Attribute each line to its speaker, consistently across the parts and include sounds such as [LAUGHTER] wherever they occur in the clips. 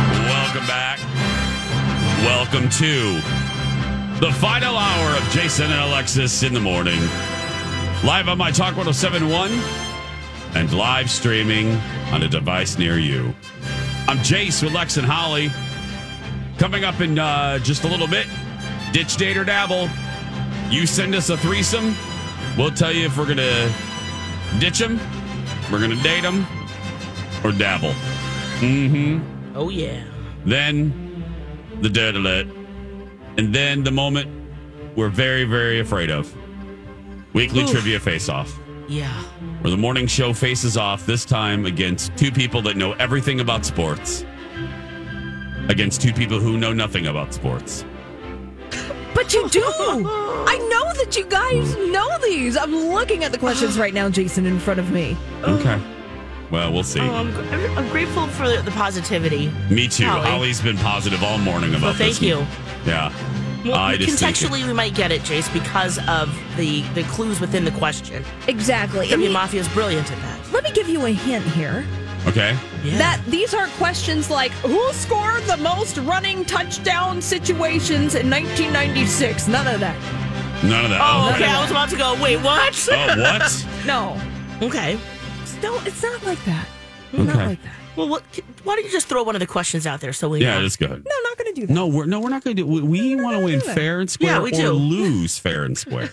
Speaker 1: Welcome back. Welcome to the final hour of Jason and Alexis in the morning. Live on my Talk 1071 and live streaming on a device near you. I'm Jace with Lex and Holly. Coming up in uh, just a little bit, ditch date or dabble. You send us a threesome, we'll tell you if we're going to ditch them, we're going to date them, or dabble.
Speaker 2: Oh yeah.
Speaker 1: then the dead alert, and then the moment we're very, very afraid of. Weekly
Speaker 2: Oof.
Speaker 1: trivia face off,
Speaker 2: Yeah.
Speaker 1: where the morning show faces off, this time against two people that know everything about sports, against two people who know nothing about sports.
Speaker 3: But you do. I know that you guys know these. I'm looking at the questions right now, Jason, in front of me.
Speaker 1: Okay. Well, we'll see.
Speaker 2: Oh, I'm, gr- I'm grateful for the, the positivity.
Speaker 1: Me too.
Speaker 2: Holly.
Speaker 1: Holly's been positive all morning about
Speaker 2: Well,
Speaker 1: this.
Speaker 2: thank you.
Speaker 1: Yeah.
Speaker 2: Well,
Speaker 1: I just think it-
Speaker 2: contextually, we might get it, Jace, because of the the clues within the question.
Speaker 3: Exactly. And
Speaker 2: W Mafia is brilliant at that.
Speaker 3: let me give you a hint here.
Speaker 1: Okay.
Speaker 2: Yeah.
Speaker 3: That these are questions like who scored the most running touchdown situations in 1996? None of that.
Speaker 1: None of that.
Speaker 2: Oh, okay. I was about to go. Wait, what?
Speaker 1: Oh,
Speaker 2: [LAUGHS]
Speaker 1: what?
Speaker 3: No.
Speaker 1: Oh.
Speaker 2: okay.
Speaker 3: No, it's not like that. Not
Speaker 1: Okay.
Speaker 3: like that.
Speaker 2: Well, what, why don't you just throw one of the questions out there so we
Speaker 1: Yeah,
Speaker 2: know?
Speaker 1: just go ahead.
Speaker 3: No, not going to do that.
Speaker 1: No, we're no, we're not going to do. We, we want to win
Speaker 3: do that.
Speaker 1: fair and square,
Speaker 2: Yeah, we
Speaker 1: or
Speaker 2: do.
Speaker 1: lose fair and square.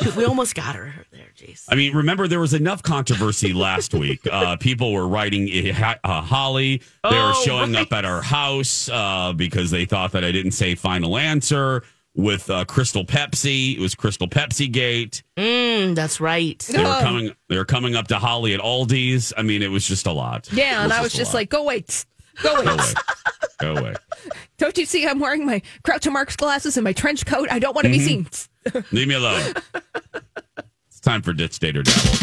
Speaker 2: Shoot, we almost got her there, Jace.
Speaker 1: I mean, remember there was enough controversy last week. Uh, people were writing eh, ha- uh, Holly. They were
Speaker 2: Oh,
Speaker 1: showing
Speaker 2: right.
Speaker 1: up at our house uh, because they thought that I didn't say final answer with uh, Crystal Pepsi. It was Crystal Pepsi Gate.
Speaker 2: Mm, that's right.
Speaker 1: They were
Speaker 3: Oh.
Speaker 1: coming. They were coming up to Holly at Aldi's. I mean, it was just a lot.
Speaker 3: Yeah,
Speaker 1: It
Speaker 3: and I was
Speaker 1: a
Speaker 3: just
Speaker 1: lot.
Speaker 3: like, go wait.
Speaker 1: go
Speaker 3: Go
Speaker 1: [LAUGHS]
Speaker 3: wait.
Speaker 1: away, go away.
Speaker 3: Don't you see I'm wearing my Groucho Marx glasses and my trench coat? I don't want to be seen.
Speaker 1: Leave me alone. It's time for ditch date or dabble.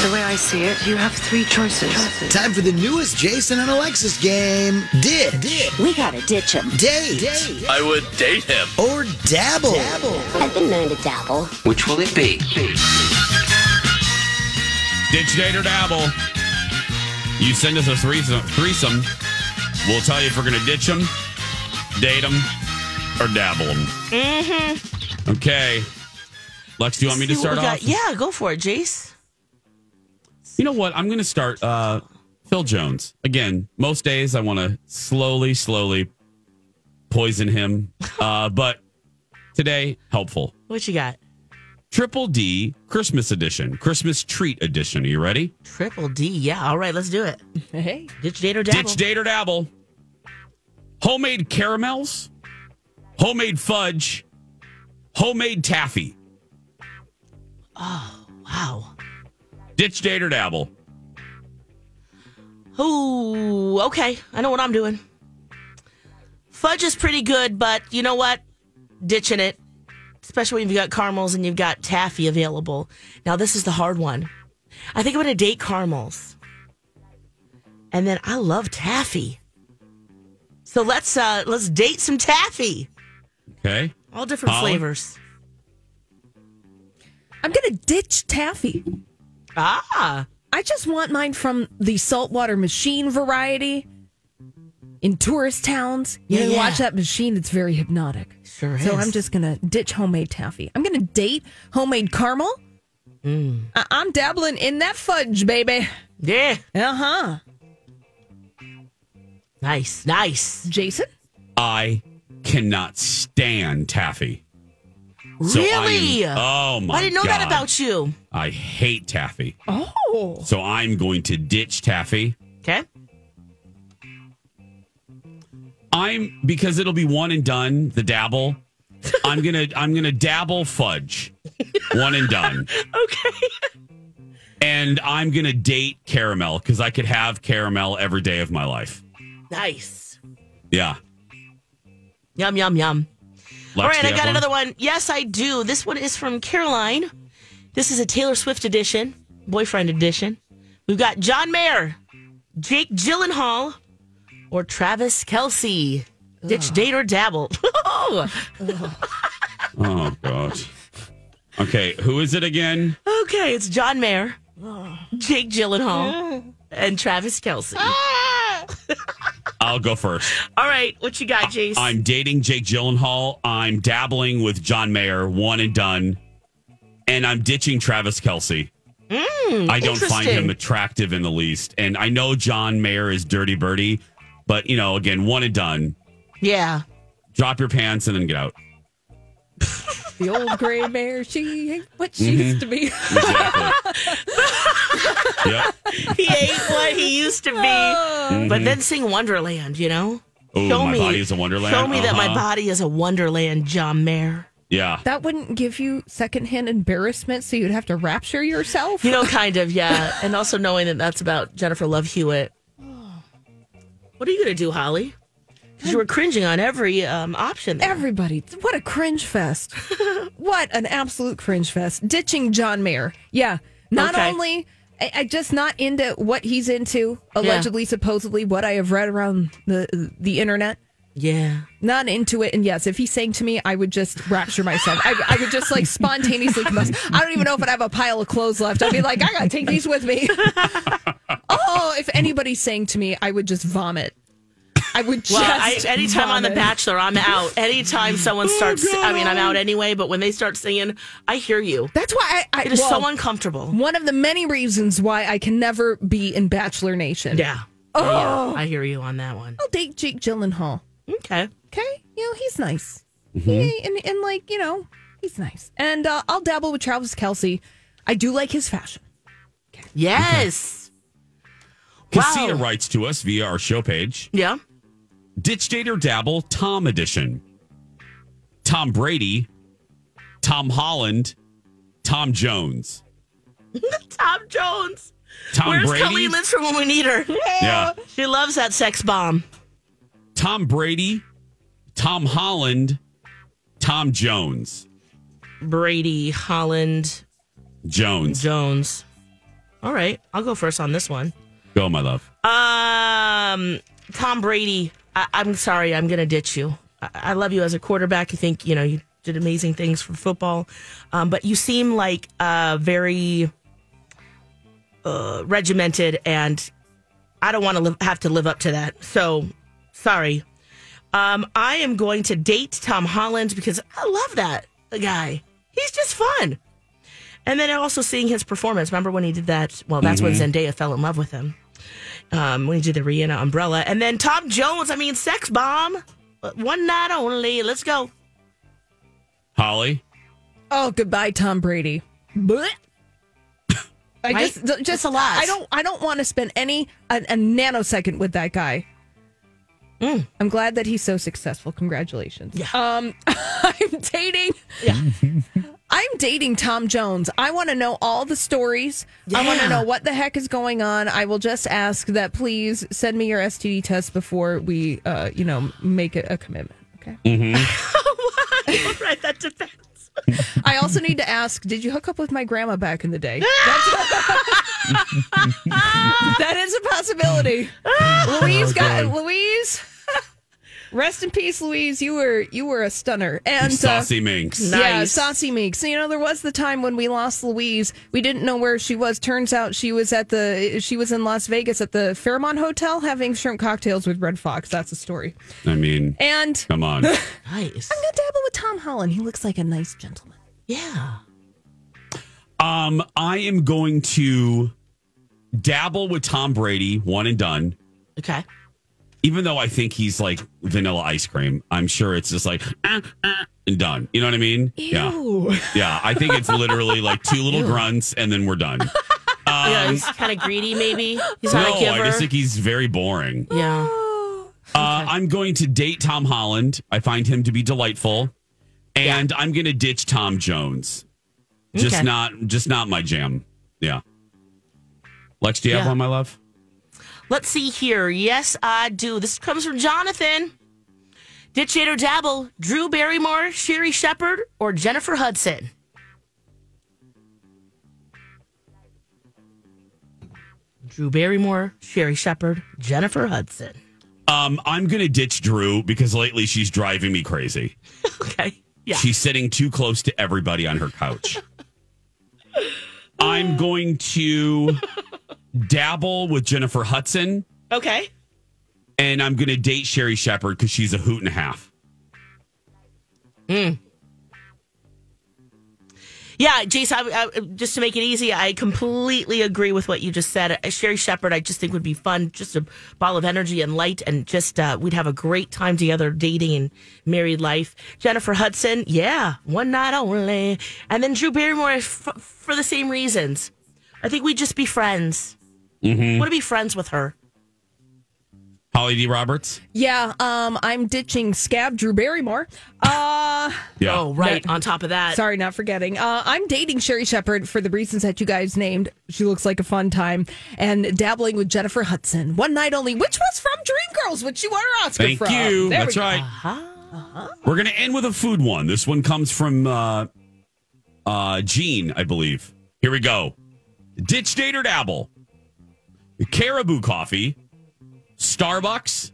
Speaker 4: The way I see it, you have three choices.
Speaker 5: Time for the newest Jason and Alexis game. Did, did,
Speaker 6: We gotta ditch him.
Speaker 5: date, date,
Speaker 7: I would date him.
Speaker 5: or dabble.
Speaker 6: I've been known to dabble.
Speaker 8: Which will it be?
Speaker 1: Ditch date or dabble. You send us a threesome. threesome. We'll tell you if we're going to ditch them, date them, or dabble them. Mm-hmm. Okay. Lex, do you want me to
Speaker 2: Mm-hmm. See what
Speaker 1: start off?
Speaker 2: we got. Yeah, go for it, Jace.
Speaker 1: You know what? I'm going to start uh, Phil Jones. Again, most days I want to slowly, slowly poison
Speaker 2: [LAUGHS]
Speaker 1: him. Uh, but today, helpful.
Speaker 2: What you got?
Speaker 1: Triple D Christmas edition, Christmas treat edition. Are you ready?
Speaker 2: Triple D. Yeah. All right, let's do it.
Speaker 3: Hey.
Speaker 2: Ditch date or dabble.
Speaker 1: Ditch date or dabble. Homemade caramels, homemade fudge, homemade taffy.
Speaker 2: Wow.
Speaker 1: Ditch date or dabble.
Speaker 2: Ooh, okay. I know what I'm doing. Fudge is pretty good, but you know what? Ditching it. Especially when you've got caramels and you've got taffy available. Now, this is the hard one. I think I'm going to date caramels. And then I love taffy. So let's uh let's date some taffy.
Speaker 1: Okay.
Speaker 2: All different
Speaker 1: Holly?
Speaker 2: flavors.
Speaker 3: I'm going to ditch taffy.
Speaker 2: Ah.
Speaker 3: I just want mine from the saltwater machine variety in tourist towns. You
Speaker 2: Yeah,
Speaker 3: know, you
Speaker 2: yeah.
Speaker 3: watch that machine, it's very hypnotic.
Speaker 2: Sure
Speaker 3: So
Speaker 2: is.
Speaker 3: I'm just going to ditch homemade taffy. I'm going to date homemade caramel.
Speaker 2: Mm.
Speaker 3: I- I'm dabbling in that fudge, baby.
Speaker 2: Yeah.
Speaker 3: Uh
Speaker 2: Uh-huh.
Speaker 3: huh.
Speaker 2: Nice. Nice.
Speaker 3: Jason?
Speaker 1: I cannot stand taffy. So I am-
Speaker 2: really?
Speaker 1: oh my!
Speaker 2: I didn't know that
Speaker 1: God.
Speaker 2: about you.
Speaker 1: I hate taffy,
Speaker 3: Oh.
Speaker 1: so I'm going to ditch taffy.
Speaker 2: Okay.
Speaker 1: I'm because it'll be one and done. The dabble. I'm gonna I'm gonna dabble fudge. One and done.
Speaker 2: Okay.
Speaker 1: and I'm gonna date caramel because I could have caramel every day of my life.
Speaker 2: Nice.
Speaker 1: Yeah.
Speaker 2: Yum yum yum.
Speaker 1: Lex,
Speaker 2: All right,
Speaker 1: do
Speaker 2: I
Speaker 1: you have
Speaker 2: got
Speaker 1: one?
Speaker 2: another one. Yes, I do. This one is from Caroline. This is a Taylor Swift edition, boyfriend edition. We've got John Mayer, Jake Gyllenhaal, or Travis Kelsey. Ditch, date, or dabble. [LAUGHS]
Speaker 1: Oh god. Okay, who is it again?
Speaker 2: okay, it's John Mayer, Jake Gyllenhaal, and Travis Kelsey.
Speaker 1: I'll go first.
Speaker 2: All right, what you got, Jace?
Speaker 1: I'm dating Jake Gyllenhaal. I'm dabbling with John Mayer, one and done. And I'm ditching Travis Kelsey. I don't find
Speaker 2: interesting.
Speaker 1: him attractive in the least. And I know John Mayer is dirty birdie, but you know, again, one and done.
Speaker 2: yeah.
Speaker 1: Drop your pants and then get out.
Speaker 3: The old gray mare, she ain't what she
Speaker 2: Mm-hmm.
Speaker 3: used to be. [LAUGHS]
Speaker 1: Exactly. yep.
Speaker 2: He ain't what he used to be. But then sing Wonderland, you know?
Speaker 1: Oh, Mm-hmm. my body is a wonderland.
Speaker 2: Show me that my
Speaker 1: Uh-huh.
Speaker 2: body is a wonderland, John Mayer.
Speaker 1: Yeah.
Speaker 3: that wouldn't give you secondhand embarrassment, so you'd have to rapture yourself.
Speaker 2: You know, kind of, yeah. and also knowing that that's about Jennifer Love Hewitt. What are you going to do, Holly? Because you were cringing on every um, option. There.
Speaker 3: Everybody, what a
Speaker 2: [LAUGHS]
Speaker 3: cringe fest. what an absolute cringe fest. Ditching John Mayer. Yeah. Not
Speaker 2: Okay.
Speaker 3: only, I, I just not into what he's into, allegedly, supposedly, what I have read around the the internet.
Speaker 2: yeah.
Speaker 3: Not into it. And yes, if he sang to me, I would just rapture myself. I, I would just like spontaneously combust. I don't even know if I'd have a pile of clothes left. I'd be like, I got to take these
Speaker 2: [LAUGHS]
Speaker 3: with me. oh, if anybody sang to me, I would just vomit. I would just.
Speaker 2: Well, I, anytime on The
Speaker 3: vomit.
Speaker 2: Bachelor, I'm out. [LAUGHS] Anytime someone starts, I mean, I'm out anyway, but when they start singing, I hear you.
Speaker 3: That's why I. I
Speaker 2: It is so
Speaker 3: well,
Speaker 2: uncomfortable.
Speaker 3: one of the many reasons why I can never be in Bachelor Nation.
Speaker 2: Yeah. Oh. I hear you on that one.
Speaker 3: I'll date Jake Gyllenhaal.
Speaker 2: Okay.
Speaker 3: Okay, you know he's nice.
Speaker 2: Mm-hmm.
Speaker 3: He, and and like you know he's nice. And uh, I'll dabble with Travis Kelsey. I do like his fashion.
Speaker 2: Yes.
Speaker 1: Casita writes to us via our show page.
Speaker 2: Yeah.
Speaker 1: Ditch Date or Dabble, Tom Edition. Tom Brady, Tom Holland, Tom Jones.
Speaker 2: [LAUGHS] Tom Jones.
Speaker 1: Tom
Speaker 2: Where's
Speaker 1: Brady.
Speaker 2: Kelly lives from when we need her?
Speaker 1: yeah.
Speaker 2: She loves that sex bomb.
Speaker 1: Tom Brady, Tom Holland, Tom Jones.
Speaker 2: Brady, Holland,
Speaker 1: Jones.
Speaker 2: Jones. All right, I'll go first on this one.
Speaker 1: Go, my love.
Speaker 2: Um, Tom Brady. I- I'm sorry, I'm gonna ditch you. I-, I love you as a quarterback. You think you know you did amazing things for football, um, but you seem like uh, very uh, regimented, and I don't want to live- have to live up to that. So sorry. Um, I am going to date Tom Holland because I love that guy. He's just fun. And then also seeing his performance. Remember when he did that? Well, that's when Zendaya fell in love with him um, when he did the Rihanna umbrella. And then Tom Jones, I mean, sex bomb. One night only. Let's go.
Speaker 1: Holly.
Speaker 3: Oh, goodbye, Tom Brady. Blech. I
Speaker 2: Right?
Speaker 3: just, just
Speaker 2: That's a lot.
Speaker 3: I don't, I don't want to spend any a, a nanosecond with that guy. I'm glad that he's so successful. Congratulations.
Speaker 2: Mm. Yeah.
Speaker 3: Um, [LAUGHS] I'm dating.
Speaker 2: Yeah.
Speaker 3: I'm dating Tom Jones. I want to know all the stories. I want
Speaker 2: Yeah.
Speaker 3: to know what the heck is going on. I will just ask that please send me your STD test before we, uh, you know, make a, a commitment. Okay.
Speaker 2: [LAUGHS] All right, that depends.
Speaker 3: I also need to ask, did you hook up with my grandma back in the day? That's, [LAUGHS] that is a possibility. Louise got Louise. [LAUGHS] Rest in peace, Louise. You were you were a stunner. And uh,
Speaker 1: Saucy Minx.
Speaker 3: yeah,
Speaker 2: Nice.
Speaker 3: Saucy Meeks. You know, there was the time when we lost Louise. We didn't know where she was. Turns out she was at the she was in Las Vegas at the Fairmont Hotel having shrimp cocktails with Red Fox. That's the story.
Speaker 1: I mean,
Speaker 3: And I'm
Speaker 1: come
Speaker 2: [LAUGHS]
Speaker 1: on.
Speaker 2: Nice.
Speaker 3: gonna dabble with Tom Holland. He looks like a nice gentleman.
Speaker 2: Yeah.
Speaker 1: Um, I am going to dabble with Tom Brady, one and done.
Speaker 2: Okay.
Speaker 1: even though I think he's like vanilla ice cream, I'm sure it's just like ah, ah, and done. You know what I mean? Yeah,
Speaker 3: Ooh.
Speaker 1: yeah. I think it's literally like two
Speaker 2: [LAUGHS]
Speaker 1: little grunts and then we're done.
Speaker 2: yeah, he's kind of greedy, maybe. He's
Speaker 1: No,
Speaker 2: not a
Speaker 1: I
Speaker 2: giver.
Speaker 1: just think he's very boring.
Speaker 2: yeah.
Speaker 1: Uh, I'm going to date Tom Holland. I find him to be delightful, and I'm going to ditch Tom Jones. Just
Speaker 2: Okay.
Speaker 1: not, just not my jam. Yeah. Lex, do you have
Speaker 2: Yeah.
Speaker 1: one, my love?
Speaker 2: Let's see here. Yes, I do. This comes from Jonathan. Ditch it or dabble. Drew Barrymore, Sherry Shepard, or Jennifer Hudson. Drew Barrymore, Sherry Shepard, Jennifer Hudson.
Speaker 1: Um, I'm going to ditch Drew because lately she's driving me crazy.
Speaker 2: Okay. Yeah.
Speaker 1: She's sitting too close to everybody on her
Speaker 2: [LAUGHS]
Speaker 1: couch. I'm going to dabble with Jennifer Hudson
Speaker 2: Okay.
Speaker 1: and I'm going to date Sherry Shepard because she's a hoot and a half.
Speaker 2: Yeah, Jason, I, I, just to make it easy, I completely agree with what you just said. Uh, Sherry Shepard, I just think would be fun, just a ball of energy and light, and just uh, we'd have a great time together dating and married life. Jennifer Hudson, yeah, one night only. And then Drew Barrymore f- for the same reasons. I think we'd just be friends. Want to be friends with her.
Speaker 1: Holly D. Roberts.
Speaker 3: Yeah, um, I'm ditching scab Drew Barrymore. Uh,
Speaker 1: Yeah.
Speaker 2: Oh, right. On top of that.
Speaker 3: sorry, not forgetting. Uh, I'm dating Sherry Shepard for the reasons that you guys named. She looks like a fun time, and dabbling with Jennifer Hudson, one night only, which was from Dreamgirls, which you won her Oscar
Speaker 1: Thank
Speaker 3: from.
Speaker 1: you.
Speaker 3: There
Speaker 1: That's
Speaker 3: we go. Uh-huh.
Speaker 1: right. We're going to end with a food one. This one comes from uh, uh, Gene, I believe. Here we go. Ditch date or dabble? Caribou coffee, Starbucks,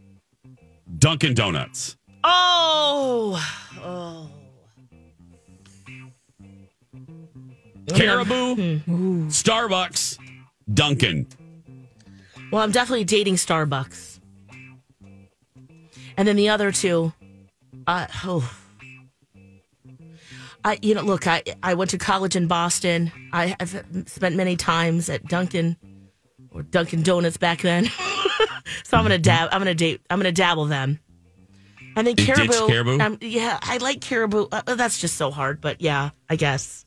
Speaker 1: Dunkin' Donuts.
Speaker 2: Oh,
Speaker 1: Caribou,
Speaker 3: Hmm.
Speaker 1: Starbucks, Dunkin'.
Speaker 2: well, I'm definitely dating Starbucks. And then the other two, uh, oh. I, you know, look, I, I went to college in Boston. I have spent many times at Dunkin' or Dunkin' Donuts back then. [LAUGHS] so I'm gonna
Speaker 1: Mm-hmm.
Speaker 2: dab. I'm gonna date. I'm gonna dabble them. And then
Speaker 1: You ditch
Speaker 2: caribou.
Speaker 1: Caribou?
Speaker 2: um, yeah, I like caribou. Uh, uh, that's just so hard, but yeah, I guess.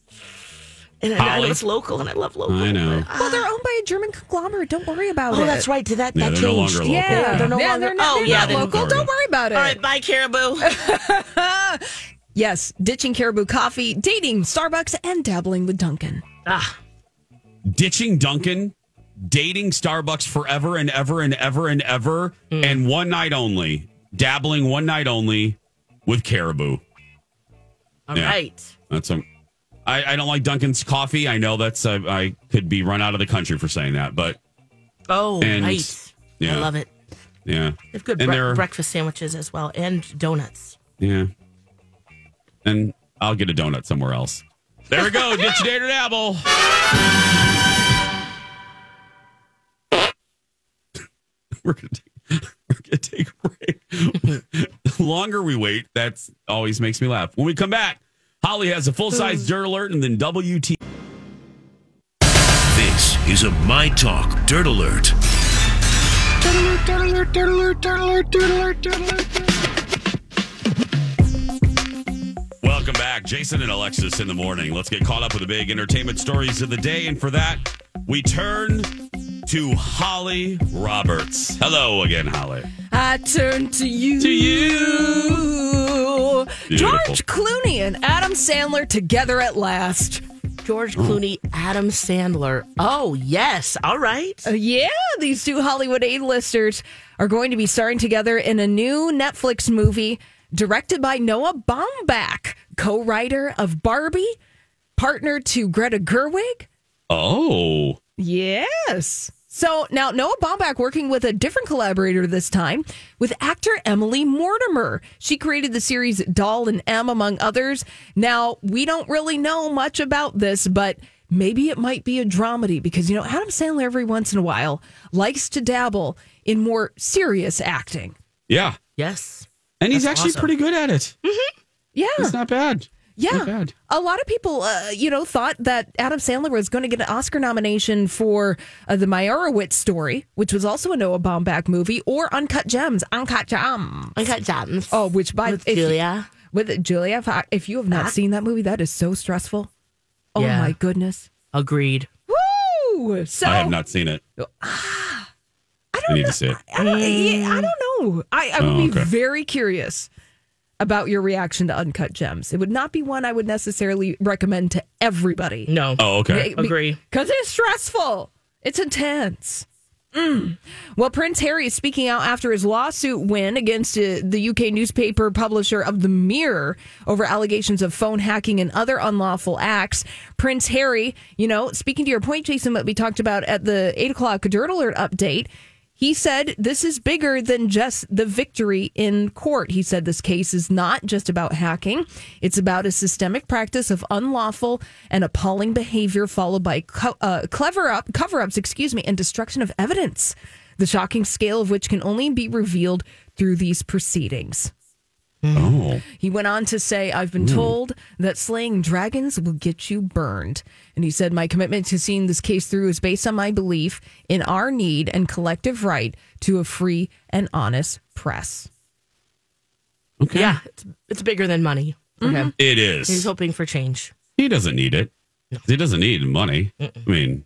Speaker 2: And I, I know
Speaker 1: Holly?
Speaker 2: it's local, and I love local.
Speaker 1: I know.
Speaker 3: Well, they're owned by a German conglomerate. Don't worry about it.
Speaker 2: Oh, that's right. Did that
Speaker 1: Yeah,
Speaker 2: that
Speaker 1: they're no
Speaker 2: changed?
Speaker 1: longer local.
Speaker 3: Yeah,
Speaker 1: Yeah,
Speaker 3: they're no
Speaker 2: Yeah,
Speaker 3: longer.
Speaker 2: they're not-
Speaker 3: oh,
Speaker 2: they're
Speaker 3: yeah,
Speaker 2: not
Speaker 3: they're
Speaker 1: local.
Speaker 3: local. Don't worry about it.
Speaker 2: All right, bye, Caribou.
Speaker 3: Yes, ditching Caribou Coffee, dating Starbucks, and dabbling with Duncan.
Speaker 2: [LAUGHS] ah,
Speaker 1: Ditching Dunkin', dating Starbucks forever and ever and ever and ever,
Speaker 3: Hmm.
Speaker 1: and one night only. Dabbling one night only with Caribou.
Speaker 2: all right.
Speaker 1: Yeah. That's um, I, I don't like Dunkin's coffee. I know that's I, I could be run out of the country for saying that, but
Speaker 2: Oh,
Speaker 1: And-
Speaker 2: right.
Speaker 1: yeah.
Speaker 2: I love it.
Speaker 1: yeah,
Speaker 2: They have good
Speaker 1: And
Speaker 2: bre-
Speaker 1: they're-
Speaker 2: breakfast sandwiches as well and donuts.
Speaker 1: yeah. And I'll get a donut somewhere else. There we
Speaker 2: [LAUGHS]
Speaker 1: go. Ditch date or dabble. [LAUGHS] we're gonna take, we're gonna take a break. [LAUGHS] the longer we wait, that's always makes me laugh. When we come back, Holly has a full size dirt alert, and then WT.
Speaker 7: This is a My Talk Dirt Alert.
Speaker 1: Welcome back, Jason and Alexis in the morning. Let's get caught up with the big entertainment stories of the day. And for that, we turn to Holly Roberts. Hello again, Holly.
Speaker 3: I turn to you.
Speaker 1: To you. Beautiful.
Speaker 3: George Clooney and Adam Sandler together at last.
Speaker 2: George Clooney, Adam Sandler. Oh, yes. All right.
Speaker 3: Uh, yeah, these two Hollywood A-listers are going to be starring together in a new Netflix movie directed by Noah Baumbach, co-writer of Barbie, partner to Greta Gerwig.
Speaker 1: Oh,
Speaker 3: Yes. So now Noah Baumbach working with a different collaborator this time with actor Emily Mortimer. She created the series Doll and M among others. Now we don't really know much about this, but maybe it might be a dramedy because you know Adam Sandler every once in a while likes to dabble in more serious acting.
Speaker 1: yeah.
Speaker 2: Yes.
Speaker 1: And he's actually
Speaker 2: awesome.
Speaker 1: pretty good at it.
Speaker 3: Yeah.
Speaker 1: It's not bad.
Speaker 3: Yeah.
Speaker 1: Not bad.
Speaker 3: A lot of people, uh, you know, thought that Adam Sandler was going to get an Oscar nomination for uh, the Meyerowitz story, which was also a Noah Baumbach movie, or Uncut Gems. Uncut Gems.
Speaker 2: I got Johns.
Speaker 3: Oh, which by
Speaker 2: With
Speaker 3: if you-
Speaker 2: Julia.
Speaker 3: with Julia, if, I- if you have not seen that movie, that is so stressful. Oh
Speaker 2: Yeah.
Speaker 3: my goodness.
Speaker 2: Agreed.
Speaker 3: Woo! So Ah,
Speaker 1: I have not seen it.
Speaker 3: I
Speaker 1: I
Speaker 3: don't
Speaker 1: need
Speaker 3: know.
Speaker 1: to see it.
Speaker 3: I don't, yeah, I don't know. I, I would
Speaker 1: Oh,
Speaker 3: be
Speaker 1: okay.
Speaker 3: very curious about your reaction to Uncut Gems. It would not be one I would necessarily recommend to everybody.
Speaker 2: No.
Speaker 1: Oh, okay.
Speaker 2: Agree.
Speaker 3: Because it's stressful. It's intense. Mm. Well, Prince Harry is speaking out after his lawsuit win against uh, the UK newspaper publisher of The Mirror over allegations of phone hacking and other unlawful acts. Prince Harry, you know, speaking to your point, Jason, that we talked about at the 8 o'clock Dirt Alert update, he said this is bigger than just the victory in court. He said this case is not just about hacking, it's about a systemic practice of unlawful and appalling behavior followed by co- uh, clever up cover-ups, excuse me, and destruction of evidence. the shocking scale of which can only be revealed through these proceedings.
Speaker 1: Oh.
Speaker 3: He went on to say, I've been told that slaying dragons will get you burned. And he said, My commitment to seeing this case through is based on my belief in our need and collective right to a free and honest press.
Speaker 1: Okay.
Speaker 2: Yeah, it's, it's bigger than money. Okay.
Speaker 1: Mm-hmm. It
Speaker 2: He's
Speaker 1: is.
Speaker 2: hoping for change.
Speaker 1: He doesn't need it. He doesn't need money. I mean,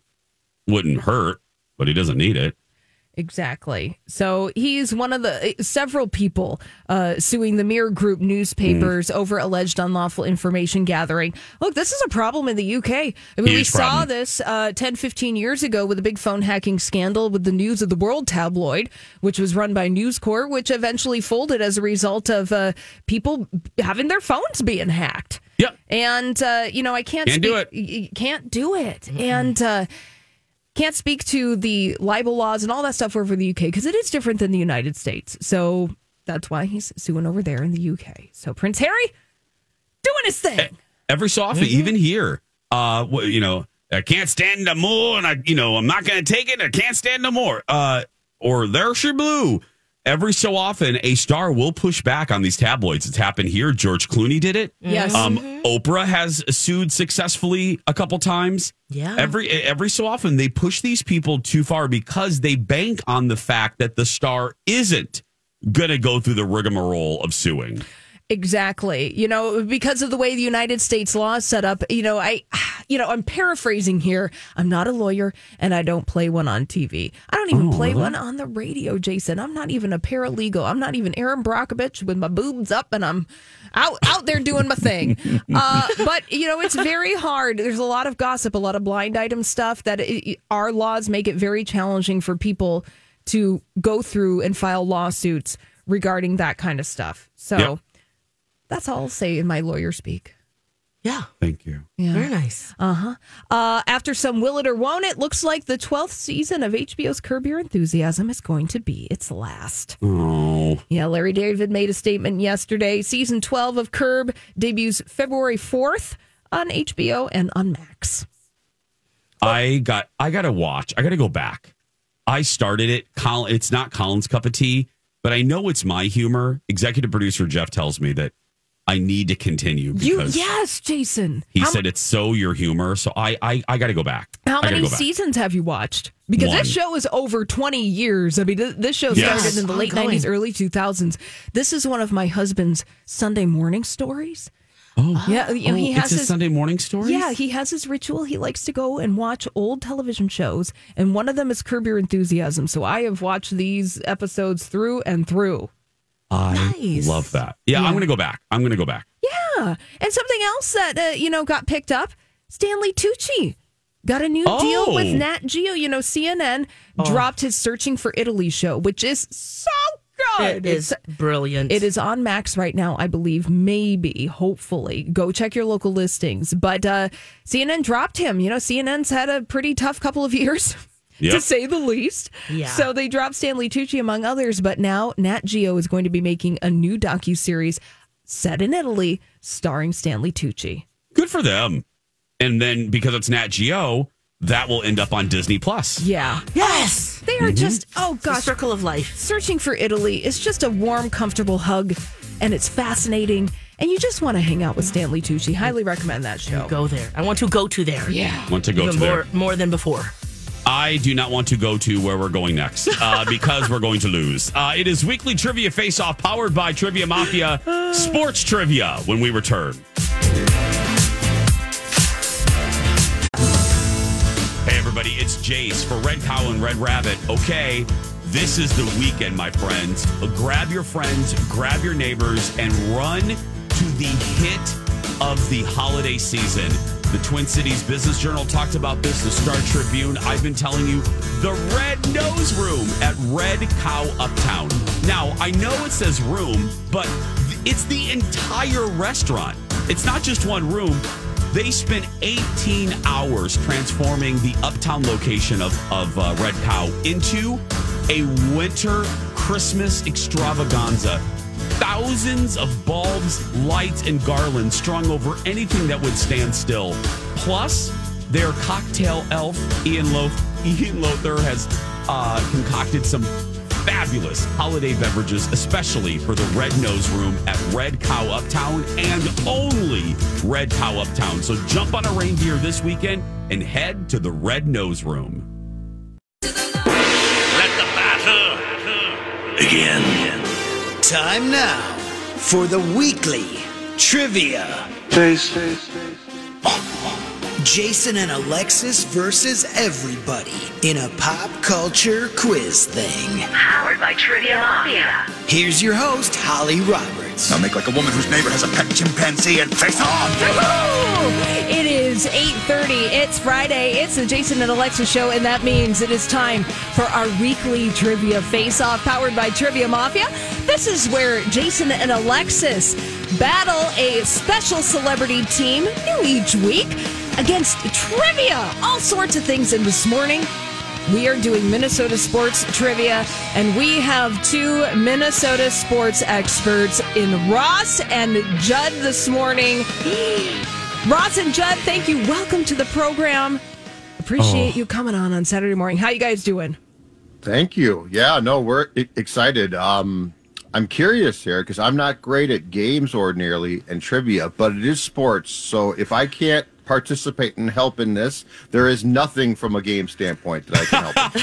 Speaker 1: wouldn't hurt, but he doesn't need it.
Speaker 3: Exactly. So he's one of the eh, several people uh, suing the Mirror Group
Speaker 1: Mm.
Speaker 3: newspapers over alleged unlawful information gathering. Look, this is a problem in the UK. I mean, we
Speaker 1: Huge
Speaker 3: saw
Speaker 1: problem.
Speaker 3: this uh, 10, 15 years ago with a big phone hacking scandal with the News of the World tabloid, which was run by News Corp, which eventually folded as a result of uh, people having their phones being hacked.
Speaker 1: Yep.
Speaker 3: And uh, you know, I can't
Speaker 1: Can't do
Speaker 3: speak- y- y- Can't do it. And uh, can't speak to the libel laws and all that stuff over the UK because it is different than the United States. So that's why he's suing over there in the UK. So Prince Harry doing his thing.
Speaker 1: Every so often, even here, uh, wh- you know, I can't stand no more, and I, you know, I'm not going to take it. I can't stand no more. Uh, or there she blew. Every so often, a star will push back on these tabloids. It's happened here. George Clooney did it.
Speaker 3: Yes.
Speaker 1: Um, Oprah has sued successfully a couple times.
Speaker 2: Yeah.
Speaker 1: Every e, every so often they push these people too far because they bank on the fact that the star isn't gonna go through the rigmarole of suing.
Speaker 3: Exactly. You know, because of the way the United States law is set up, you know, I, [SIGHS] you know, I'm paraphrasing here. I'm not a lawyer and I don't play one on TV. I don't even play one on the radio, Jason. I'm not even a paralegal. I'm not even Aaron Brockovich with my boobs up and I'm out, out there doing my thing. Uh, but, you know, it's very hard. There's a lot of gossip, a lot of blind item stuff that it, our laws make it very challenging for people to go through and file lawsuits regarding that kind of stuff. So.
Speaker 1: Yep.
Speaker 3: That's all I'll say in my lawyer speak.
Speaker 2: Yeah,
Speaker 1: Thank you.
Speaker 2: very nice.
Speaker 3: Uh, after some will it or won't it, looks like the 12th season of HBO's Curb Your Enthusiasm is going to be its last.
Speaker 1: Oh.
Speaker 3: Yeah, Larry David made a statement yesterday. Season 12 of Curb debuts February 4th on HBO and on Max.
Speaker 1: I got I gotta watch. I gotta go back. I started it. Col- it's not Colin's cup of tea, but I know it's my humor. Executive producer Jeff tells me that I need to continue
Speaker 3: You,
Speaker 1: because
Speaker 3: yes, Jason.
Speaker 1: he
Speaker 3: how,
Speaker 1: said it's so your humor. So I I, I gotta go back.
Speaker 3: how
Speaker 1: I gotta
Speaker 3: many
Speaker 1: go back.
Speaker 3: seasons have you watched? Because
Speaker 1: One.
Speaker 3: this show is over 20 years. I mean, th- this show
Speaker 1: Yes.
Speaker 3: started in the late
Speaker 2: Ongoing.
Speaker 3: 90s, early 2000s. This is one of my husband's Sunday morning stories.
Speaker 1: Oh.
Speaker 3: Yeah, you know,
Speaker 1: Oh,
Speaker 3: he
Speaker 1: it's
Speaker 3: has
Speaker 1: a
Speaker 3: his
Speaker 1: Sunday morning story.
Speaker 3: Yeah, he has his ritual. He likes to go and watch old television shows, and one of them is Curb Your Enthusiasm. So I have watched these episodes through and through.
Speaker 1: I
Speaker 2: Nice.
Speaker 1: love that. Yeah, I'm gonna go back. I'm gonna go back.
Speaker 3: Yeah, and something else that uh, you know got picked up: Stanley Tucci got a new deal with
Speaker 1: Oh.
Speaker 3: Nat Geo. You know, CNN dropped his Searching for Italy show, which is so
Speaker 2: It
Speaker 3: good.
Speaker 2: is
Speaker 3: It's-
Speaker 2: brilliant.
Speaker 3: It is on Max right now, I believe. Maybe, hopefully, go check your local listings. But uh, CNN dropped him. You know, CNN's had a pretty tough couple of [LAUGHS] years. To
Speaker 1: Yep.
Speaker 3: say the least.
Speaker 2: Yeah.
Speaker 3: So they dropped Stanley Tucci among others, but now Nat Geo is going to be making a new docu series set in Italy, starring Stanley Tucci.
Speaker 1: Good for them. And then because it's Nat Geo, that will end up on Disney Plus.
Speaker 3: Yeah,
Speaker 2: Yes.
Speaker 3: they are just oh
Speaker 2: The
Speaker 3: gosh,
Speaker 2: circle of life.
Speaker 3: searching for Italy is just a warm, comfortable hug, and it's fascinating, and you just want to hang out with Stanley Tucci. Highly recommend that show.
Speaker 2: Go there. I want to go to there.
Speaker 3: Yeah.
Speaker 1: Want to Oh. go
Speaker 2: Even
Speaker 1: to
Speaker 2: more
Speaker 1: there?
Speaker 2: more than before.
Speaker 1: I do not want to go to where we're going next uh, because we're going to lose. Uh, it is weekly trivia face off powered by Trivia Mafia Sports Trivia when we return. Hey, everybody, it's Jace for Red Cow and Red Rabbit. Okay, this is the weekend, my friends. Grab your friends, grab your neighbors, and run to the hit of the holiday season. The Twin Cities Business Journal talked about this, the Star Tribune. I've been telling you the Red Nose Room at Red Cow Uptown. Now, I know it says room, but th- it's the entire restaurant, it's not just one room. They spent 18 hours transforming the uptown location of, of uh, Red Cow into a winter Christmas extravaganza. Thousands of bulbs, lights, and garlands strung over anything that would stand still. [LAUGHS] Plus, their cocktail elf, Ian Loth. Ian Lothar has uh, concocted some fabulous holiday beverages, especially for the Red Nose Room at Red Cow Uptown and only Red Cow Uptown. So jump on a reindeer this weekend and head to the Red Nose Room.
Speaker 7: Let the battle again.
Speaker 5: Time now for the weekly trivia. Jason and Alexis versus everybody in a pop culture quiz thing.
Speaker 4: Powered by Trivia Mafia.
Speaker 5: Here's your host, Holly Roberts.
Speaker 8: I'll make like a woman whose neighbor has a pet chimpanzee and face off.
Speaker 3: Woohoo! It is 8:30. It's Friday. It's the Jason and Alexa show and that means it is time for our weekly trivia face-off powered by Trivia Mafia. This is where Jason and Alexis battle a special celebrity team new each week against trivia, all sorts of things and this morning we are doing Minnesota sports trivia, and we have two Minnesota sports experts in Ross and Judd this morning. Ross and Judd, thank you. Welcome to the program. Appreciate
Speaker 9: Oh.
Speaker 3: you coming on on Saturday morning. How you guys doing?
Speaker 10: Thank you. Yeah, no, we're e- excited. Um, I'm curious here because I'm not great at games ordinarily and trivia, but it is sports. So if I can't participate and help in this, there is nothing from a game standpoint that I can help.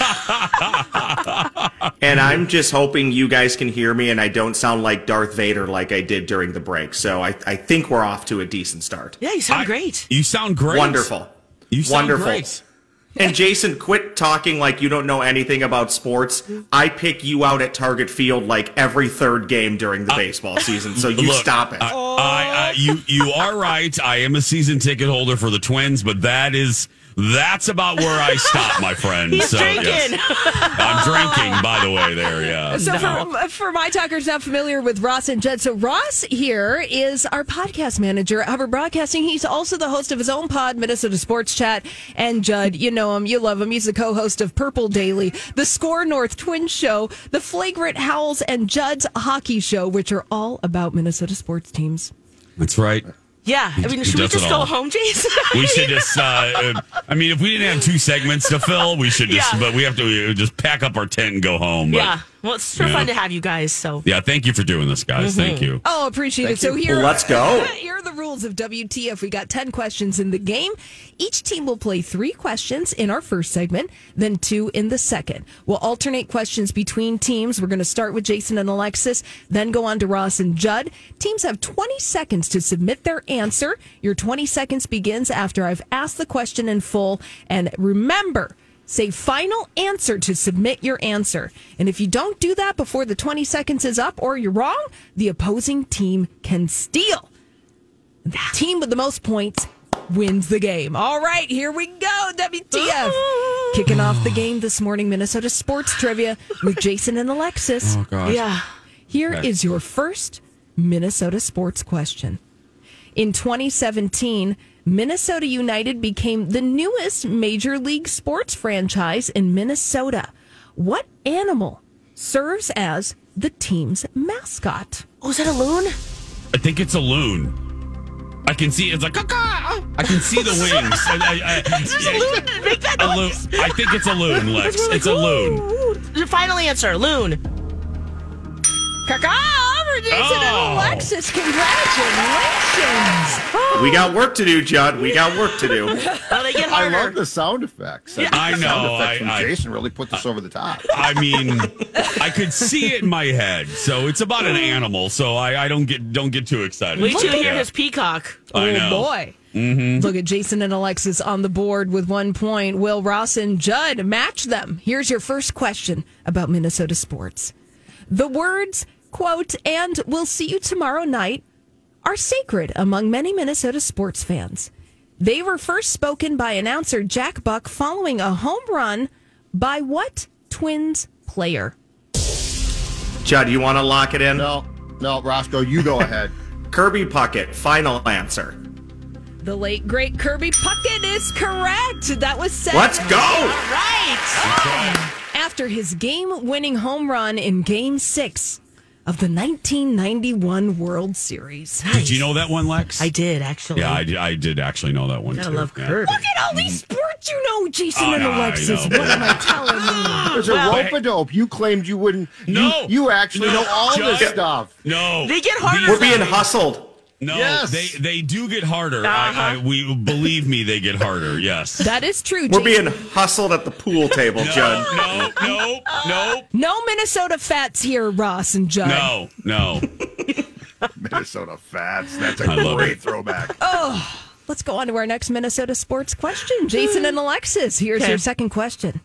Speaker 10: with.
Speaker 9: And I'm just hoping you guys can hear me and I don't sound like Darth Vader like I did during the break. So I, I think we're off to a decent start.
Speaker 2: Yeah, you sound great.
Speaker 1: You sound great.
Speaker 9: Wonderful.
Speaker 1: You sound
Speaker 9: Wonderful.
Speaker 1: great.
Speaker 4: [LAUGHS]
Speaker 9: And Jason, quit talking like you don't know anything about sports. I pick you out at Target Field like every third game during the baseball
Speaker 1: [LAUGHS]
Speaker 9: season. So you
Speaker 1: Look,
Speaker 9: stop it.
Speaker 1: I, I, I, you you are right. I am a season ticket holder for the Twins, but that is that's about where I stop, my friend.
Speaker 2: [LAUGHS] He's
Speaker 1: so, yes.
Speaker 2: drinking.
Speaker 1: I'm drinking, by the way. There,
Speaker 2: [LAUGHS]
Speaker 1: yeah.
Speaker 3: So for, for my talkers not familiar with Ross and Judd, so Ross here is our podcast manager at Hubbard Broadcasting. He's also the host of his own pod, Minnesota Sports Chat. And Judd, you know him, you love him. He's the co-host of Purple Daily, the Score North Twins Show, the Flagrant Howls, and Judd's Hockey Show, which are all about Minnesota sports teams.
Speaker 1: That's right.
Speaker 2: Yeah. I mean, should we
Speaker 1: does it
Speaker 2: just go
Speaker 1: all.
Speaker 2: home, [LAUGHS] Jason?
Speaker 1: We should just. Uh, uh, I mean, if we didn't have two segments to fill, we should just.
Speaker 2: Yeah.
Speaker 1: But we have to uh, just pack up our tent and go home. But,
Speaker 2: yeah. Well, it's sure
Speaker 1: Yeah.
Speaker 2: fun to have you guys. So
Speaker 1: Yeah. Thank you for doing this, guys.
Speaker 2: Mm-hmm.
Speaker 1: Thank you.
Speaker 3: Oh, appreciate it. So here,
Speaker 9: Let's go.
Speaker 3: Here are the rules of WTF. We got ten questions in the game. Each team will play three questions in our first segment, then two in the second. We'll alternate questions between teams. We're going to start with Jason and Alexis, then go on to Ross and Judd. Teams have twenty seconds to submit their answer. Your twenty seconds begins after I've asked the question in full. And remember. Say final answer to submit your answer. And if you don't do that before the 20 seconds is up or you're wrong, the opposing team can steal. The team with the most points wins the game. All right, here we go. WTF. Kicking off the game this morning, Minnesota Sports Trivia with Jason and Alexis.
Speaker 1: gosh.
Speaker 2: yeah.
Speaker 3: Here is your first Minnesota sports question. In 2017, Minnesota United became the newest major league sports franchise in Minnesota. What animal serves as the team's mascot?
Speaker 2: Oh, is that a loon?
Speaker 1: I think it's a loon. I can see it's like "Caw-caw." I can
Speaker 2: [LAUGHS]
Speaker 1: see the wings. I, I, I,
Speaker 2: There's a loon. that Make that
Speaker 1: A loon.
Speaker 2: noise.
Speaker 1: I think it's a loon, Lex.
Speaker 2: We're like,
Speaker 1: It's a loon.
Speaker 2: "Ooh, ooh." Final answer, loon.
Speaker 3: Caca over Jason
Speaker 1: Oh.
Speaker 3: and Alexis. Congratulations.
Speaker 9: we got work to do, Judd. We got work to do.
Speaker 1: [LAUGHS]
Speaker 2: Oh, they get [LAUGHS]
Speaker 10: I
Speaker 2: harder.
Speaker 10: love the sound effects. think
Speaker 1: I
Speaker 10: the sound
Speaker 1: know,
Speaker 10: effects
Speaker 1: I-
Speaker 10: from
Speaker 1: I-
Speaker 10: Jason really put this over the top.
Speaker 1: I mean, I could see it in my head. So it's about an animal. So I, I don't get don't get too excited.
Speaker 2: Wait till you Mm. hear
Speaker 1: Yeah.
Speaker 2: his peacock.
Speaker 1: I
Speaker 3: oh
Speaker 1: know. Mm-hmm.
Speaker 3: boy. Look at Jason and Alexis on the board with one point. Will Ross and Judd match them? Here's your first question about Minnesota sports. The words, quote, and we'll see you tomorrow night are sacred among many Minnesota sports fans. They were first spoken by announcer Jack Buck following a home run by what Twins player?
Speaker 9: Judd, you want to lock it in?
Speaker 10: No, no, Roscoe, you
Speaker 2: [LAUGHS]
Speaker 10: go ahead.
Speaker 9: Kirby Puckett, final answer.
Speaker 3: The late great Kirby Puckett is correct. That was said.
Speaker 9: Let's go.
Speaker 2: Right.
Speaker 3: after his game winning home run in game six. of the 1991 World Series.
Speaker 1: Did you know that one, Lex?
Speaker 2: I did actually.
Speaker 1: Yeah, I, did- I did actually know that one
Speaker 2: Gotta
Speaker 1: too.
Speaker 2: love
Speaker 1: Yeah.
Speaker 2: Kirby.
Speaker 3: Look at all these sports you know, Jason
Speaker 1: Oh,
Speaker 3: and
Speaker 1: no, I
Speaker 3: Alexis.
Speaker 1: know.
Speaker 3: What am I telling
Speaker 1: [LAUGHS]
Speaker 3: you?
Speaker 10: There's
Speaker 2: Well-
Speaker 10: a rope a dope. You claimed you wouldn't. you-
Speaker 1: No,
Speaker 10: You, actually
Speaker 1: No,
Speaker 10: know all this
Speaker 1: Judge.
Speaker 10: stuff.
Speaker 1: No,
Speaker 2: They get harder.
Speaker 9: We're being hustled.
Speaker 1: No,
Speaker 10: Yes.
Speaker 1: they they do get harder. I, I,
Speaker 2: Uh-huh.
Speaker 1: we believe me, they get harder.
Speaker 2: [LAUGHS]
Speaker 1: Yes.
Speaker 3: That is true.
Speaker 9: We're
Speaker 3: Jason.
Speaker 9: being hustled at the pool table, Judd.
Speaker 1: No, no, no,
Speaker 3: no Minnesota fats here, Ross and
Speaker 2: Uh,
Speaker 3: Judd.
Speaker 1: no, no.
Speaker 10: [LAUGHS] Minnesota Fats. That's a
Speaker 1: I love
Speaker 10: great
Speaker 1: it.
Speaker 10: [LAUGHS] throwback.
Speaker 3: Let's go on to our next Minnesota sports question. Jason and Alexis, here's
Speaker 2: Okay.
Speaker 3: your second question.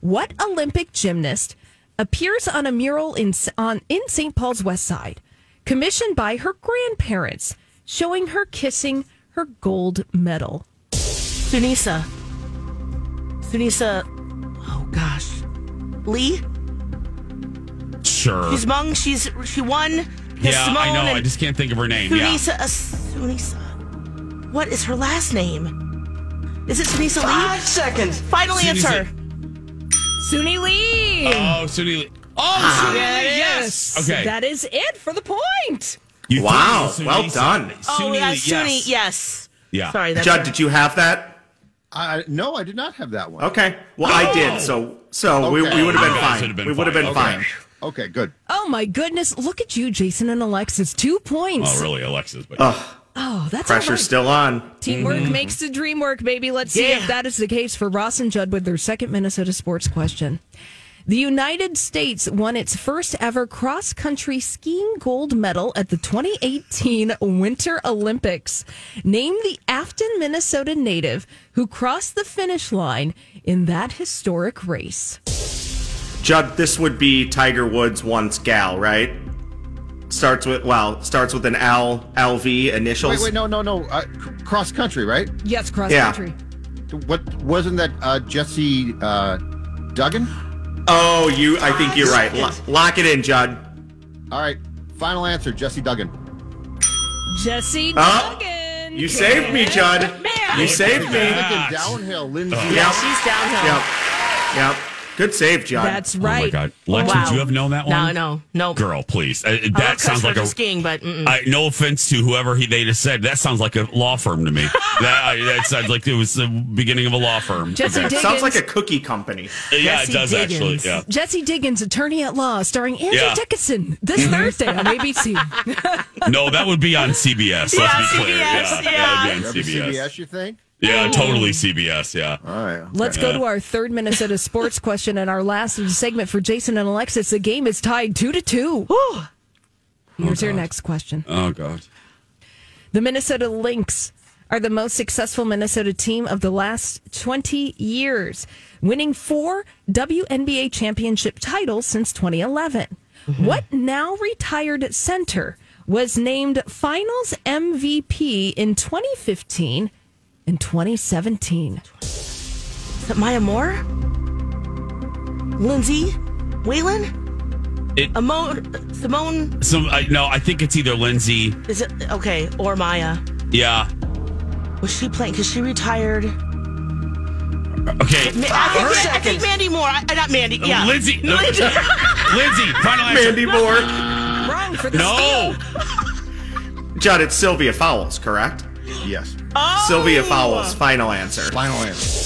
Speaker 3: What Olympic gymnast appears on a mural in on in St. Paul's West Side, commissioned by her grandparents, showing her kissing her gold medal?
Speaker 2: Sunisa. Sunisa. Oh gosh. Lee.
Speaker 1: Sure.
Speaker 2: She's Hmong. She's she won.
Speaker 1: Uh. Yeah,
Speaker 2: Simone
Speaker 1: I know. I
Speaker 2: and
Speaker 1: just can't think of her name. Yeah.
Speaker 2: Sunisa. uh, Sunisa. What is her last name? Is it Sunisa
Speaker 5: Uh,
Speaker 2: Lee?
Speaker 4: seconds.
Speaker 2: Finally, it's
Speaker 1: Sunisa-
Speaker 2: her.
Speaker 3: Suni Lee.
Speaker 1: Oh, Suni.
Speaker 2: Ah.
Speaker 1: Oh, Suni. yes. Okay.
Speaker 3: That is it for the point.
Speaker 1: You think
Speaker 9: Wow,
Speaker 1: it's
Speaker 9: well
Speaker 1: Sunisa.
Speaker 9: done.
Speaker 2: Oh
Speaker 1: Suni,
Speaker 2: yeah,
Speaker 1: yes.
Speaker 2: Suni. Yes.
Speaker 1: Yeah.
Speaker 2: Sorry, that's
Speaker 9: Judd, did you have that?
Speaker 10: I, no, I did not have that one.
Speaker 9: Okay. Well, I did. So so we,
Speaker 10: Okay.
Speaker 9: we would have
Speaker 1: You
Speaker 9: been
Speaker 1: guys
Speaker 9: fine.
Speaker 1: would've been
Speaker 9: we would have been
Speaker 1: fine.
Speaker 9: fine.
Speaker 10: Okay, good.
Speaker 3: Oh my goodness! Look at you, Jason and Alexis. Two points.
Speaker 1: Oh, really, Alexis? But
Speaker 3: Oh, that's all
Speaker 9: Pressure's
Speaker 3: right.
Speaker 9: still on.
Speaker 3: Teamwork
Speaker 9: Mm-hmm.
Speaker 3: makes the dream work, baby. Let's see
Speaker 2: Yeah.
Speaker 3: if that is the case for Ross and Judd with their second Minnesota sports question. The United States won its first ever cross country skiing gold medal at the 2018 Winter Olympics. Name the Afton, Minnesota native who crossed the finish line in that historic race.
Speaker 9: Judd, this would be Tiger Woods once gal, right? Starts with well, starts with an L L V initials.
Speaker 10: Wait, wait, no, no, no. Uh, c- cross country, right?
Speaker 3: Yes, cross
Speaker 9: Yeah.
Speaker 3: country.
Speaker 10: What wasn't that uh, Jesse uh, Duggan?
Speaker 9: Oh, you I think you're right. Lo- lock it in, Judd.
Speaker 10: All right, final answer, Jesse Duggan.
Speaker 3: Jesse
Speaker 9: Oh,
Speaker 3: Duggan.
Speaker 9: You saved me, Judd. You saved me.
Speaker 1: Yeah. Ah.
Speaker 10: Duggan downhill, Lindsay.
Speaker 1: Oh,
Speaker 9: Yep.
Speaker 2: she's downhill.
Speaker 9: Yep. Yep. Good save, Judd.
Speaker 3: That's
Speaker 1: oh
Speaker 3: right.
Speaker 1: my God, Lex,
Speaker 2: Wow.
Speaker 1: would you have known that
Speaker 2: No,
Speaker 1: one?
Speaker 2: no, no.
Speaker 1: Girl, please. Uh,
Speaker 2: I
Speaker 1: that
Speaker 2: love
Speaker 1: sounds like
Speaker 2: cross-country
Speaker 1: a.
Speaker 2: skiing, but mm-mm.
Speaker 1: I, no offense to whoever he they just said. That sounds like a law firm to me. that, I, that sounds like it was the beginning of a law firm.
Speaker 3: Jesse Diggins.
Speaker 9: Sounds like a cookie company.
Speaker 1: yeah, it
Speaker 2: Jesse
Speaker 1: does actually.
Speaker 2: Diggins.
Speaker 1: Yeah.
Speaker 3: Jesse Diggins, attorney at law, starring Andrew
Speaker 1: Yeah.
Speaker 3: Dickinson, this Thursday on ABC.
Speaker 1: No, that would be on CBS. Let's
Speaker 2: Yeah,
Speaker 1: be clear.
Speaker 2: CBS,
Speaker 1: yeah, that would be on
Speaker 10: Remember
Speaker 1: CBS.
Speaker 10: CBS, you think?
Speaker 1: Yeah, totally CBS. Yeah.
Speaker 10: All right. okay.
Speaker 3: Let's go to our third Minnesota sports question and our last segment for Jason and Alexis. The game is tied two to two. Here's your next question.
Speaker 1: Oh God.
Speaker 3: The Minnesota Lynx are the most successful Minnesota team of the last 20 years, winning four WNBA championship titles since 2011. What now retired center was named finals MVP in 2015 and 2017?
Speaker 2: Is it Maya Moore? Lindsay? Waylon?
Speaker 1: It-
Speaker 2: Amon, Simone?
Speaker 1: So I, no, I think it's either Lindsay.
Speaker 2: Is it okay? Or Maya?
Speaker 1: Yeah.
Speaker 2: Was she playing? Because she retired.
Speaker 1: Okay.
Speaker 2: Ma- I, think, I think Mandy Moore. I, not Mandy. Yeah.
Speaker 1: Oh, [LAUGHS] Lindsay.
Speaker 2: Lindsay. [LAUGHS]
Speaker 1: Lindsay. Final answer.
Speaker 9: Mandy Moore.
Speaker 3: Wrong for the
Speaker 1: No.
Speaker 9: Judd, it's Sylvia Fowles, correct?
Speaker 10: Yes.
Speaker 9: Sylvia Fowles, final answer.
Speaker 10: Final
Speaker 1: [LAUGHS]
Speaker 10: answer.